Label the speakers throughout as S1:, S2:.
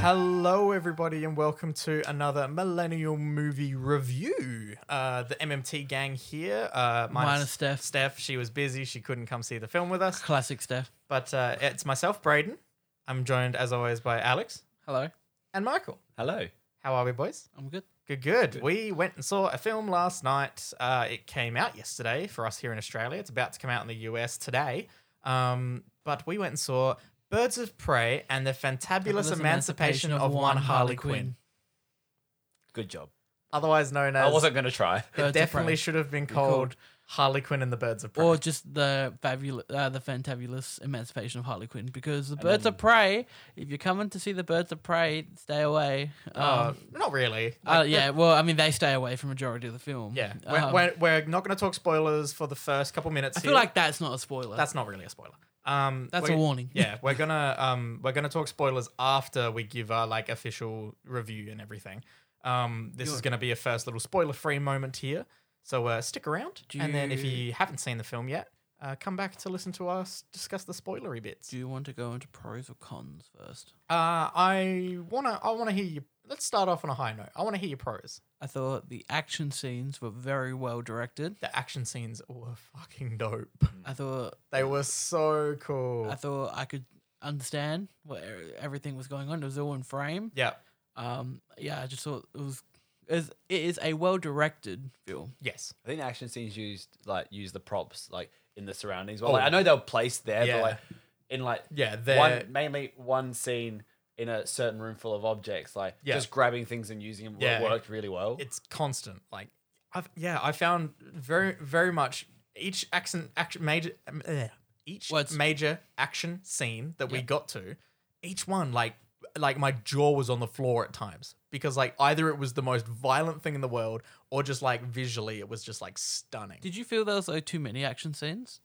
S1: Hello, everybody, and welcome to another Millennial Movie Review. Uh, the MMT gang here. Uh,
S2: Minus Steph.
S1: Steph, she was busy. She couldn't come see the film with us.
S2: Classic Steph.
S1: But uh, it's myself, Braden. I'm joined, as always, by Alex
S2: Hello.
S1: and Michael.
S3: Hello.
S1: How are we, boys?
S2: I'm good.
S1: Good, good. We went and saw a film last night. Uh, it came out yesterday for us here in Australia. It's about to come out in the US today. Um, but we went and saw Birds of Prey and the Fantabulous, Emancipation, of, One Harley Quinn.
S3: Good job.
S1: otherwise known as.
S3: I wasn't going to try.
S1: It
S2: Birds of
S1: definitely
S2: Prey.
S1: should have been
S2: called-
S1: called Harley Quinn and the Birds of Prey.
S2: Or just the fabulous, uh, the fantabulous emancipation of Harley Quinn, because the birds of prey. If you're coming to see the birds of prey, stay away. Um,
S1: Uh, not really.
S2: uh, yeah, well, I mean, they stay away for majority of the film.
S1: Yeah. We're,
S2: Um,
S1: we're, we're not going to talk spoilers for the first couple minutes.
S2: I feel
S1: here.
S2: like that's not a spoiler.
S1: that's not really a spoiler. Um,
S2: That's
S1: we're-
S2: a warning.
S1: yeah, we're gonna um, we're gonna talk spoilers after we give our like official review and everything. Um, this is
S2: Good.
S1: gonna be a first little spoiler-free moment here, so uh, stick around.
S2: Do
S1: And then if
S2: you-
S1: you haven't seen the film yet, uh, come back to listen to us discuss the spoilery bits.
S2: Do you want to go into pros or cons first?
S1: Uh, I wanna I wanna hear you. Let's start off on a high note. I wanna hear your pros.
S2: I thought the action scenes were very well directed.
S1: The action scenes were fucking dope.
S2: I thought
S1: They were so cool.
S2: I thought I could understand what e- everything was going on. It was all in frame.
S1: yeah,
S2: Um, yeah, I just thought it was. It is, it is a well directed film.
S1: yes.
S3: I think action scenes used like use the props like in the surroundings. Well,
S1: Oh,
S3: like,
S1: yeah.
S3: I know they were placed there,
S1: Yeah.
S3: but like in like
S1: Yeah, they're
S3: one mainly one scene in a certain room full of objects, like
S1: Yeah.
S3: just grabbing things and using them
S1: Yeah.
S3: worked really well.
S1: it's constant. Like I've yeah, I found very very much each action action major um, eh, each
S2: Well, it's-
S1: major action scene that we got to, each one like like my jaw was on the floor at times because like either it was the most violent thing in the world or just like visually it was just like stunning.
S2: Did you feel there was like too many action scenes?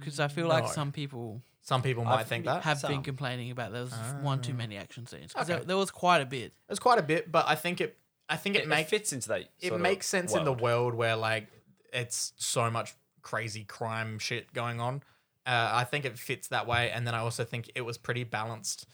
S2: Because I feel like
S1: Mm, No.
S2: some people
S1: Some people might
S3: I've-
S1: think that.
S2: have been
S3: some.
S2: complaining about there was one too many action scenes. 'Cause
S1: Ah. Okay.
S2: there, there was quite a bit.
S1: It's quite a bit, but I think it I think it,
S3: it,
S1: makes
S3: fits into that.
S1: it
S3: sort of
S1: makes sense in
S3: world.
S1: the world where like it's so much crazy crime shit going on. Uh, I think it fits that way, and then I also think it was pretty balanced.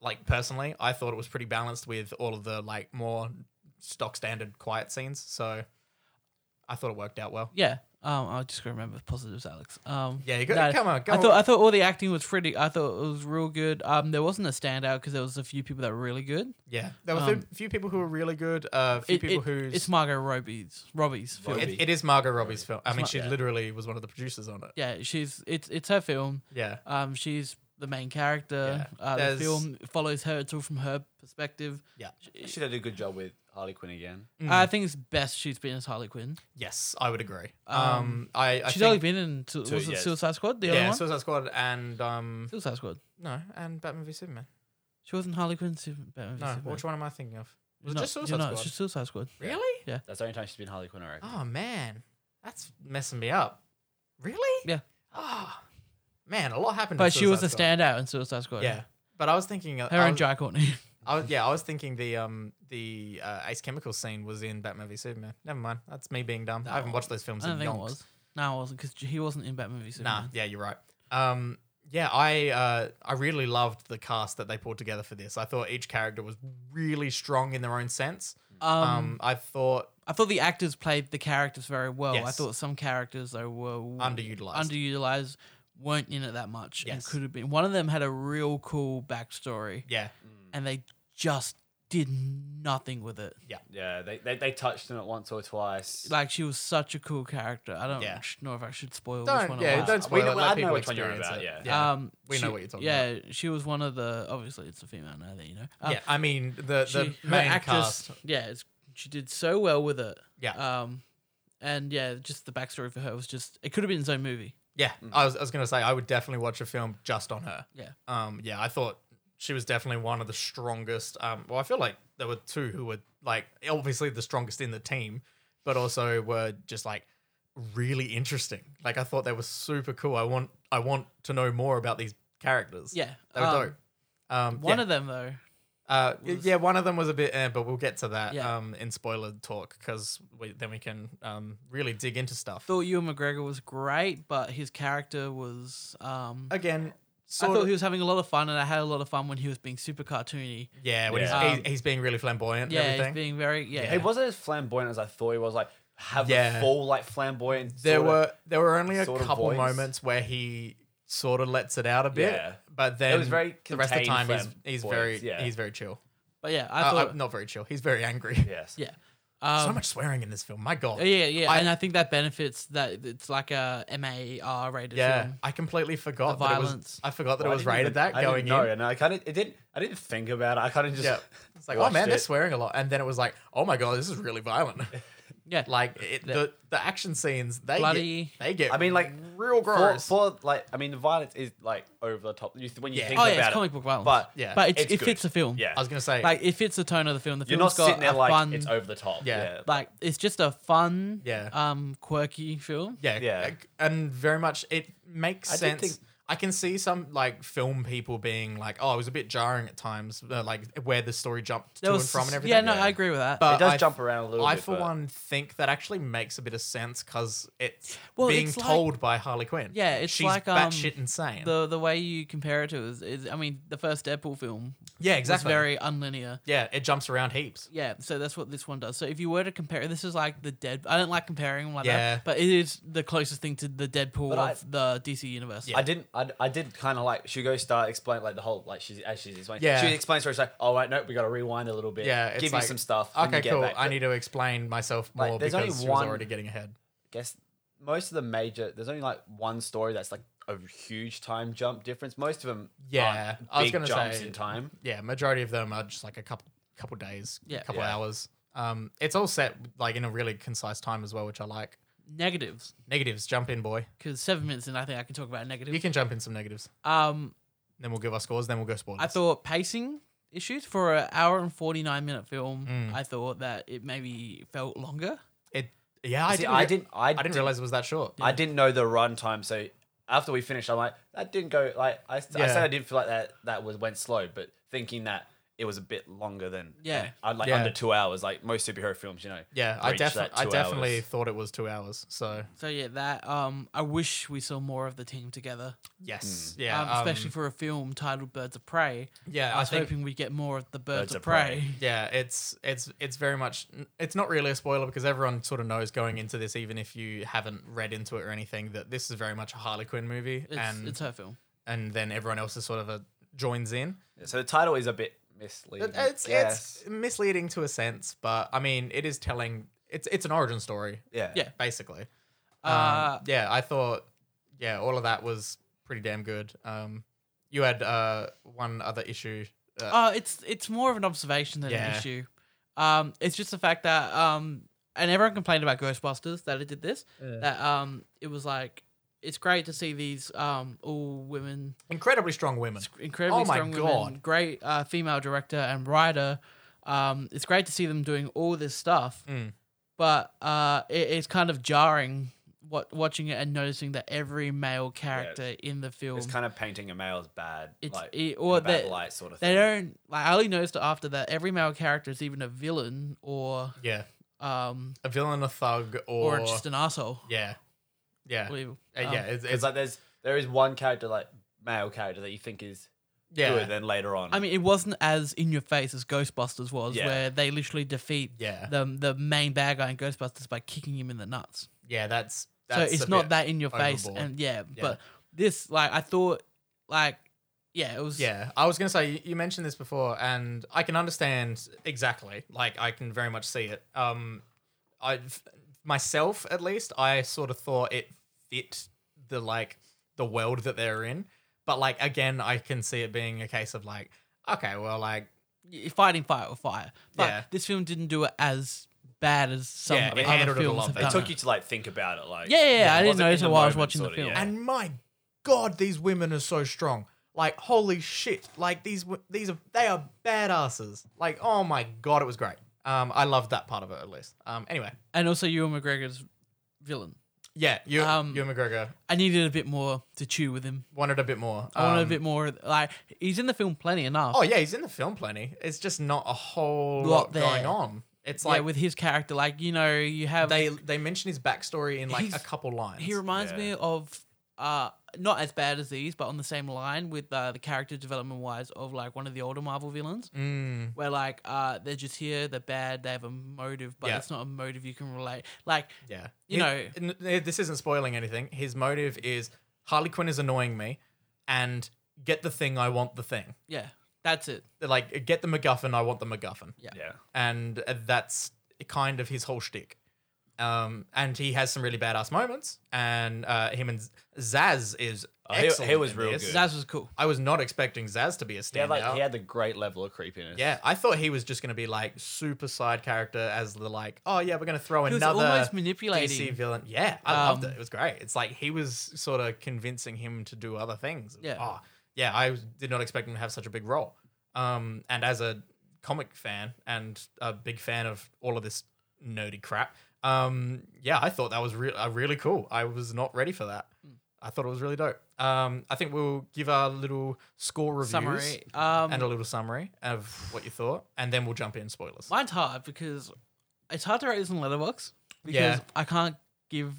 S1: Like personally, I thought it was pretty balanced with all of the like more stock standard quiet scenes. So I thought it worked out well.
S2: Yeah. Um, I just gotta remember the positives, Alex. Um,
S1: Yeah, you got- come on, go
S2: I thought
S1: on.
S2: I thought all the acting was pretty. I thought it was real good. Um, there wasn't a standout because there was a few people that were really good.
S1: Yeah, there were a
S2: Um,
S1: few, few people who were really good. Uh, a few
S2: It-
S1: people
S2: it-
S1: who's
S2: it's Margot Robbie's Robbie's film.
S3: Robbie.
S1: it, it is Margot Robbie's film. I mean,
S2: Mar-
S1: she
S3: yeah.
S1: literally was one of the producers on it.
S2: yeah, she's it's it's her film.
S1: Yeah,
S2: Um, she's the main character.
S1: Yeah.
S2: Uh, the
S1: There's-
S2: film follows her. It's all from her perspective.
S1: yeah. Hmm.
S3: She did a good job with Harley Quinn again.
S1: Mm.
S2: I think it's best she's been as Harley Quinn.
S1: Yes, I would agree. Um,
S2: Um,
S1: I, I
S2: she's
S1: think,
S2: only been in Su-
S3: Two,
S2: was it
S3: yes.
S2: Suicide Squad. The other
S1: yeah,
S2: one,
S1: Suicide Squad and um,
S2: Suicide Squad.
S1: No, and Batman v Superman.
S2: She wasn't Harley Quinn. Super, Batman v
S1: No,
S2: Superman.
S1: which one am I thinking of? Was it
S2: No,
S1: just
S2: you're
S1: Suicide
S2: not,
S1: Squad?
S2: It's just Suicide Squad.
S1: Really?
S3: That's the only time she's been Harley Quinn, I reckon.
S1: Oh man, that's messing me up. Really?
S2: Yeah.
S1: Oh man, a lot happened. in
S2: But she was
S1: Suicide
S2: a
S1: Squad.
S2: standout in Suicide Squad.
S1: Yeah, but I was thinking. uh,
S2: her
S1: I
S2: and
S1: was,
S2: Jai Courtney.
S1: I was, yeah, I was thinking the um the uh, Ace Chemical scene was in Batman v Superman. Never mind, that's me being dumb. I haven't watched those films
S2: I don't
S1: in
S2: think it
S1: yonks.
S2: was. No, it wasn't because he wasn't in Batman v Superman.
S3: Mm-hmm.
S1: Nah, yeah, you're right. Um, yeah, I uh, I really loved the cast that they pulled together for this. I thought each character was really strong in their own sense.
S2: Um,
S1: um I thought
S2: I thought the actors played the characters very well. I
S1: Yes.
S2: thought some characters though were
S1: Underutilized.
S2: underutilized, weren't in it that much, and
S1: Yes.
S2: could have been. One of them had a real cool backstory,
S1: Yeah,
S2: and they just did nothing with it.
S3: Yeah, they, they they touched on it once or twice.
S2: Like she was such a cool character. I don't
S1: Yeah.
S2: sh- know if I should spoil which
S1: don't
S2: one.
S1: yeah,
S2: it
S1: don't
S2: was.
S1: spoil
S3: We know-
S1: it.
S3: I
S1: Let
S3: know
S1: people
S3: which one you're
S1: experience
S3: on
S1: it.
S3: about,
S1: Yeah.
S2: Um,
S1: we
S2: she-
S1: know what you're talking
S2: yeah, about. Yeah, she was one of the. Obviously, it's a female now that you know. Um,
S1: yeah, I mean the
S2: she,
S1: the
S2: her
S1: main
S2: actress,
S1: cast.
S2: Yeah, it's, she did so well with it.
S1: Yeah.
S2: Um, and yeah, just the backstory for her was just it could have been its own movie.
S1: Yeah, I was I was gonna say I would definitely watch a film just on her.
S2: Mm-hmm. Yeah.
S1: Um, yeah, I thought she was definitely one of the strongest. Um, well, I feel like there were two who were like obviously the strongest in the team, but also were just like really interesting. Like I thought they were super cool. I want I want to know more about these characters.
S2: Yeah.
S1: they were
S2: um,
S1: dope. Um,
S2: One
S1: yeah.
S2: of them though.
S1: Uh,
S2: was-
S1: yeah, one of them was a bit, eh, but we'll get to that
S2: Yeah.
S1: um, in spoiler talk because we, then we can um, really dig into stuff.
S2: Thought Ewan McGregor was great, but his character was um
S1: Again,
S2: I
S1: sort
S2: thought
S1: of,
S2: he was having a lot of fun, and I had a lot of fun when he was being super cartoony.
S1: yeah, when
S3: Yeah.
S1: He's,
S2: Um,
S1: he's he's being really flamboyant. and
S2: Yeah,
S1: everything.
S2: he's being very yeah.
S3: He wasn't as flamboyant as I thought he was. Like have
S1: Yeah.
S3: the full like flamboyant.
S1: there
S3: sorta-
S1: were there were only a
S3: sort of
S1: couple
S3: voice.
S1: moments where he sort of lets it out a bit,
S3: Yeah.
S1: but then
S3: was very
S1: the rest of the time
S3: contained
S1: he's, he's very
S3: flamboyance, yeah.
S1: he's very chill.
S2: But yeah,
S1: I
S2: I thought
S1: not very chill. He's very angry.
S3: yes.
S2: yeah. Um,
S1: so much swearing in this film. My god.
S2: Yeah, yeah,
S1: I-
S2: and I think that benefits that it's like a MAR rated
S1: Yeah,
S2: film.
S1: I completely forgot
S2: The
S1: that it was.
S2: violence.
S1: I forgot that
S3: Well,
S1: it
S3: I
S1: was
S3: didn't
S1: rated
S3: even-
S1: that
S3: I didn't
S1: going in.
S3: know, and I kind of it didn't. I didn't think about it. I kind of just
S1: Yeah, it's like, oh
S3: watched
S1: man, they're
S3: it.
S1: swearing a lot, and then it was like, oh my god, this is really violent.
S2: Yeah,
S1: like it, the the action scenes, they
S2: Bloody-
S1: get, they get.
S3: I mean, like
S1: real
S3: for,
S1: gross.
S3: for like I mean, the violence is like over the top. You th- when you
S1: Yeah.
S3: think
S2: oh
S3: about
S2: yeah,
S3: it,
S2: it's comic book violence,
S3: but
S1: yeah,
S2: but it's,
S3: it's
S2: it
S3: good.
S2: fits the film.
S3: yeah,
S1: I was gonna say,
S2: like it fits the tone of the film. The
S3: you're
S2: film's
S3: not
S2: got
S3: sitting there
S2: a
S3: like
S2: fun,
S3: it's over the top.
S1: Yeah.
S3: Yeah,
S2: like it's just a fun,
S1: Yeah.
S2: um, quirky film.
S1: Yeah,
S3: Yeah.
S1: ac- and very much it makes
S3: I did
S1: sense.
S3: think-
S1: I can see some like film people being like, "Oh, it was a bit jarring at times, uh, like where the story jumped
S2: There
S1: to
S2: was
S1: and from and everything."
S2: yeah, no, I agree with that.
S1: But
S3: it does
S1: I-
S3: jump around a little
S1: I
S3: bit.
S1: for
S3: but-
S1: one think that actually makes a bit of sense because it's
S2: Well,
S1: being
S2: it's like-
S1: told by Harley Quinn.
S2: Yeah, it's
S1: she's
S2: like, um,
S1: batshit insane.
S2: the the way you compare it to is, is I mean, the first Deadpool film
S1: yeah,
S2: was
S1: exactly.
S2: very unlinear.
S1: yeah, it jumps around heaps.
S2: Yeah, so that's what this one does. So if you were to compare, this is like the dead. I don't like comparing them like
S1: Yeah.
S2: that, but it is the closest thing to the Deadpool
S3: But I-
S2: of the DC universe.
S1: Yeah.
S3: I didn't. I, I did kind of like Shugo start explain like the whole like she's as she's explaining.
S1: Yeah.
S3: she explains her. It's like, oh wait, nope, we got to rewind a little bit.
S1: Yeah, it's
S3: give
S1: like,
S3: you some stuff. and
S1: Okay,
S3: you get
S1: cool.
S3: back
S1: I
S3: to-
S1: need to explain myself more
S3: Like, there's only
S1: because she was
S3: one-
S1: already getting ahead.
S3: guess most of the major. There's only like one story that's like a huge time jump difference. Most of them.
S1: Yeah,
S3: aren't
S1: I was
S3: big
S1: gonna
S3: jumps
S1: say-
S3: in time.
S1: yeah, majority of them are just like a couple couple days,
S2: Yeah.
S1: couple
S3: Yeah.
S1: hours. Um, it's all set like in a really concise time as well, which I like.
S2: Negatives,
S1: Negatives, jump in, boy.
S2: because seven minutes in, I think I can talk about negatives.
S1: You can jump in some negatives.
S2: um,
S1: Then we'll give our scores. Then we'll go spoilers.
S2: I thought pacing issues for an hour and forty nine minute film.
S1: Mm.
S2: I thought that it maybe felt longer.
S1: it. Yeah, I
S3: See,
S1: didn't.
S3: I
S1: re-
S3: didn't. I,
S1: I didn't realize it was that short.
S3: I didn't know the run time. So after we finished, I'm like, that didn't go. Like I, I said,
S1: Yeah.
S3: I didn't feel like that. That was went slow, but thinking that it was a bit longer than
S2: Yeah.
S3: I'd like
S1: Yeah.
S3: under two hours. Like most superhero films, you know.
S1: Yeah, I,
S3: reach
S1: defi-
S3: that
S1: I
S3: two
S1: definitely
S3: hours.
S1: thought it was two hours. So
S2: So yeah, that um, I wish we saw more of the team together,
S1: yes,
S3: Hmm.
S1: yeah,
S2: um, especially for a film titled Birds of Prey.
S1: yeah.
S2: I
S1: I
S2: was
S1: think
S2: hoping we get more of the Birds, of, Prey.
S1: yeah, it's it's it's very much it's not really a spoiler because everyone sort of knows going into this, even if you haven't read into it or anything, that this is very much a Harley Quinn movie,
S2: It's,
S1: and
S2: it's her film.
S1: and then everyone else is sort of a joins in. Mm-hmm.
S3: Yeah, So the title is a bit misleading.
S1: It- It's
S3: yes.
S1: it's misleading to a sense, but I mean, it is telling. It's it's an origin story
S3: yeah.
S2: yeah.
S1: basically. Um,
S2: Uh,
S1: yeah, I thought yeah, all of that was pretty damn good. Um, you had uh one other issue. Uh,
S2: Uh, it's it's more of an observation than an
S1: Yeah.
S2: issue. Um, it's just the fact that um, and everyone complained about Ghostbusters that it did this. That um, it was like it's great to see these um all women,
S1: incredibly strong women.
S2: incredibly
S1: Oh my
S2: strong women,
S1: God.
S2: great uh, female director and writer. Um, it's great to see them doing all this stuff,
S3: Hmm.
S1: Mm.
S2: but uh, it, it's kind of jarring. What, watching it and noticing that every male character in the film
S3: It's kind of painting a male as bad,
S2: It's-
S3: like
S1: e,
S2: it-
S3: in
S2: or
S3: a bad
S2: that-
S3: light sort of
S2: They
S3: thing.
S2: don't like. I only noticed it after that every male character is even a villain or
S1: Yeah,
S2: um
S1: a villain, a thug, or,
S2: or, just an asshole.
S1: yeah, yeah, Uh,
S2: Unbelievable. Um,
S1: yeah. It's,
S3: It's
S1: it's
S3: like there's there is one character like male character that you think is
S1: yeah,
S3: good, then later on,
S2: I mean, it wasn't as in your face as Ghostbusters was,
S3: Yeah.
S2: where they literally defeat
S1: yeah,
S2: the the main bad guy in Ghostbusters by kicking him in the nuts.
S1: yeah. That's that's
S2: so
S1: a
S2: it's not
S1: bit-
S2: that in your face,
S1: overboard.
S2: and yeah,
S1: Yeah.
S2: but this like I thought, like yeah, it was
S1: Yeah, I was gonna say you- you mentioned this before, and I can understand exactly. Like I can very much see it. Um, I myself at least I sort of thought it fit the like the world that they're in, but like again, I can see it being a case of like, okay, well, like
S2: y- fighting fire with fire. But
S1: Yeah.
S2: this film didn't do it as bad as some
S1: Yeah, it
S2: other
S1: handled it a
S2: films
S1: lot
S2: have
S1: better.
S2: done.
S3: it took you to like think about it. Like
S2: Yeah, yeah, yeah, I didn't
S3: wasn't in
S2: notice
S3: the
S2: it while I was
S3: moment,
S2: watching the
S3: sorta,
S2: film.
S3: yeah.
S1: And my god, these women are so strong. Like holy shit! Like these w- these are they are badasses. Like oh my god, it was great. Um, I loved that part of it at least. Um, anyway,
S2: and also Ewan McGregor's villain.
S1: yeah, you,
S2: Um,
S1: Ewan McGregor
S2: I needed a bit more to chew with him.
S1: wanted a bit more.
S2: I wanted
S1: Um,
S2: a bit more. Like he's in the film plenty enough.
S1: Oh yeah, he's in the film plenty. It's just not a whole
S2: Lot
S1: lot
S2: there.
S1: going on. It's
S2: yeah,
S1: like
S2: with his character, like you know, you have.
S1: they they mention his backstory in like a
S2: He's-
S1: couple lines.
S2: he reminds
S3: Yeah.
S2: me of uh not as bad as these, but on the same line with uh, the character development wise of like one of the older Marvel villains,
S1: Mm.
S2: where like uh they're just here, they're bad, they have a motive, but
S1: Yeah.
S2: it's not a motive you can relate. Like
S1: Yeah.
S2: You know-
S1: n- n- this isn't spoiling anything. His motive is Harley Quinn is annoying me and get the thing I want the thing.
S2: yeah, that's it.
S1: Like get the MacGuffin, I want the MacGuffin.
S2: Yeah.
S3: Yeah.
S1: And uh, that's kind of his whole shtick. Um, and he has some really badass moments. And uh, him and Zaz is
S3: Oh, he- he
S1: excellent
S3: was
S1: in
S3: real
S1: this.
S3: good.
S2: Zaz was cool.
S1: I was not expecting Zaz to be a
S3: He had,
S1: standout.
S3: like, he had the great level of creepiness.
S1: Yeah, I thought he was just gonna be like super side character as the like, oh yeah, we're gonna throw
S2: He was
S1: another
S2: almost
S1: DC
S2: manipulating.
S1: villain. Yeah, I loved
S2: Um,
S1: it. It was great. It's like he was sort of convincing him to do other things.
S2: Yeah.
S1: Oh, yeah, I was- did not expect him to have such a big role. Um, and as a comic fan and a big fan of all of this nerdy crap, um, yeah, I thought that was re- uh, really cool. I was not ready for that.
S2: Hmm.
S1: I thought it was really dope. Um, I think we'll give our little score reviews
S2: Summary. Um,
S1: and a little summary of what you thought, and then we'll jump in spoilers.
S2: Mine's hard because it's hard to rate this in Letterbox because
S1: Yeah.
S2: I can't give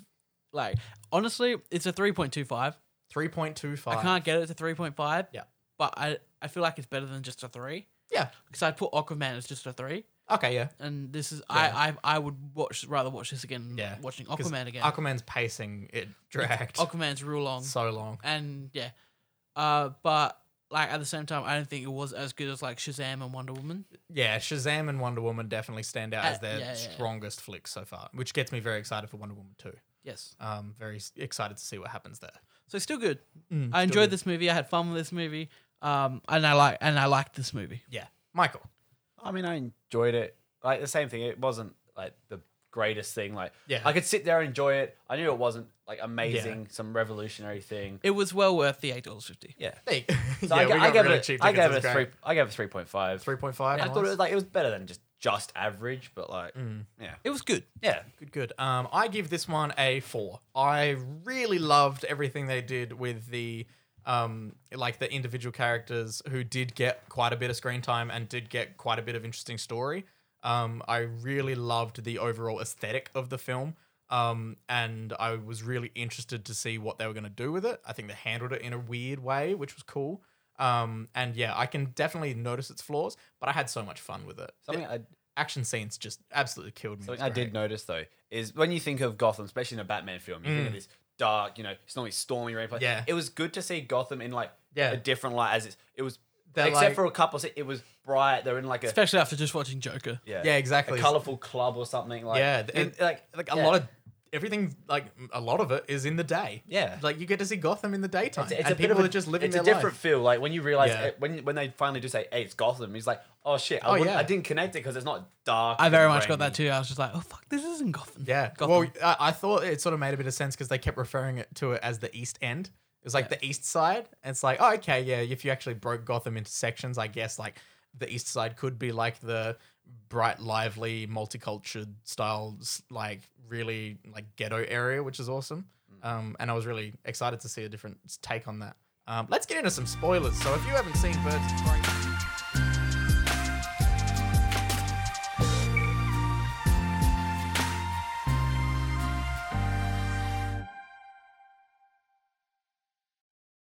S2: like honestly, it's a three point two five.
S1: Three point two five.
S2: I can't get it to three point five.
S1: Yeah.
S2: but I I feel like it's better than just a three
S1: Yeah.
S2: because I put Aquaman as just a three,
S1: Okay. Yeah.
S2: and this is
S1: Yeah.
S2: I, I I would watch rather watch this again. than
S1: Yeah,
S2: watching
S1: 'Cause
S2: Aquaman again.
S1: Aquaman's pacing it dragged
S2: Aquaman's real long,
S1: so long.
S2: and yeah, uh, but like at the same time, I don't think it was as good as like Shazam and Wonder Woman.
S1: Yeah, Shazam and Wonder Woman definitely stand out
S2: Uh,
S1: as their
S2: yeah, yeah, yeah.
S1: strongest flicks so far, which gets me very excited for Wonder Woman too.
S2: Yes,
S1: Um, very s- excited to see what happens there.
S2: so still good.
S1: Mm,
S2: I
S1: still
S2: enjoyed
S1: good.
S2: this movie. I had fun with this movie. Um, and I like and I liked this movie.
S1: Yeah, Michael.
S3: I mean, I enjoyed it. Like the same thing. It wasn't like the greatest thing. Like
S1: Yeah.
S3: I could sit there and enjoy it. I knew it wasn't like amazing, some revolutionary thing.
S2: It was well worth the eight dollars fifty.
S3: Yeah.
S1: There you go.
S3: So
S1: yeah,
S3: I,
S1: we
S3: ga- I
S1: got
S3: gave
S1: really
S3: it.
S1: cheap
S3: A, I
S1: tickets,
S3: gave it a
S1: it's
S3: three.
S1: great.
S3: I gave it three point five.
S1: 3.5.
S3: I thought it
S1: nice.
S3: was like it was better than just just average, but like yeah,
S2: It was good.
S3: yeah.
S1: Good, good. Um, I give this one a four. I really loved everything they did with the, um, like the individual characters who did get quite a bit of screen time and did get quite a bit of interesting story. Um, I really loved the overall aesthetic of the film. Um, and I was really interested to see what they were going to do with it. I think they handled it in a weird way, which was cool. Um, and yeah, I can definitely notice its flaws, but I had so much fun with it.
S3: Something
S1: The
S3: I
S1: action scenes just absolutely killed me. It was
S3: something I
S1: great.
S3: did notice though is when you think of Gotham, especially in a Batman film, you think of this dark. You know, it's normally stormy, rain.
S1: Mm. Yeah.
S3: It was good to see Gotham in like
S1: Yeah.
S3: a different light as it's, it was.
S1: They're
S3: except
S1: like-
S3: for a couple, se- it was bright. They're in like a
S2: Especially after just watching Joker.
S3: yeah,
S1: Yeah, exactly.
S3: a colorful club or something like
S1: yeah,
S3: I mean,
S1: and,
S3: like
S1: like a
S3: yeah.
S1: lot of everything, like a lot of it is in the day.
S3: Yeah.
S1: like you get to see Gotham in the daytime,
S3: It's, it's
S1: and
S3: a bit
S1: people
S3: of a,
S1: are just living
S3: It's
S1: their
S3: a different
S1: life.
S3: feel. Like when you realize
S1: Yeah.
S3: it, when when they finally do say, "Hey, it's Gotham," he's like, "Oh shit, I,
S1: Oh,
S3: wouldn't-
S1: yeah.
S3: I didn't connect it because it's not dark."
S2: I
S3: and
S2: very much got
S3: rainy."
S2: that too. I was just like, oh fuck, this isn't Gotham.
S1: Yeah.
S2: Gotham.
S1: Well, I, I thought it sort of made a bit of sense because they kept referring it to it as the East End. It was like the East Side, and it's like, oh, okay, yeah. If you actually broke Gotham into sections, I guess like the East Side could be like the bright, lively, multicultural style, s- like really like ghetto area, which is awesome. Um, and I was really excited to see a different take on that. Um, let's get into some spoilers. So if you haven't seen Birds of Prey,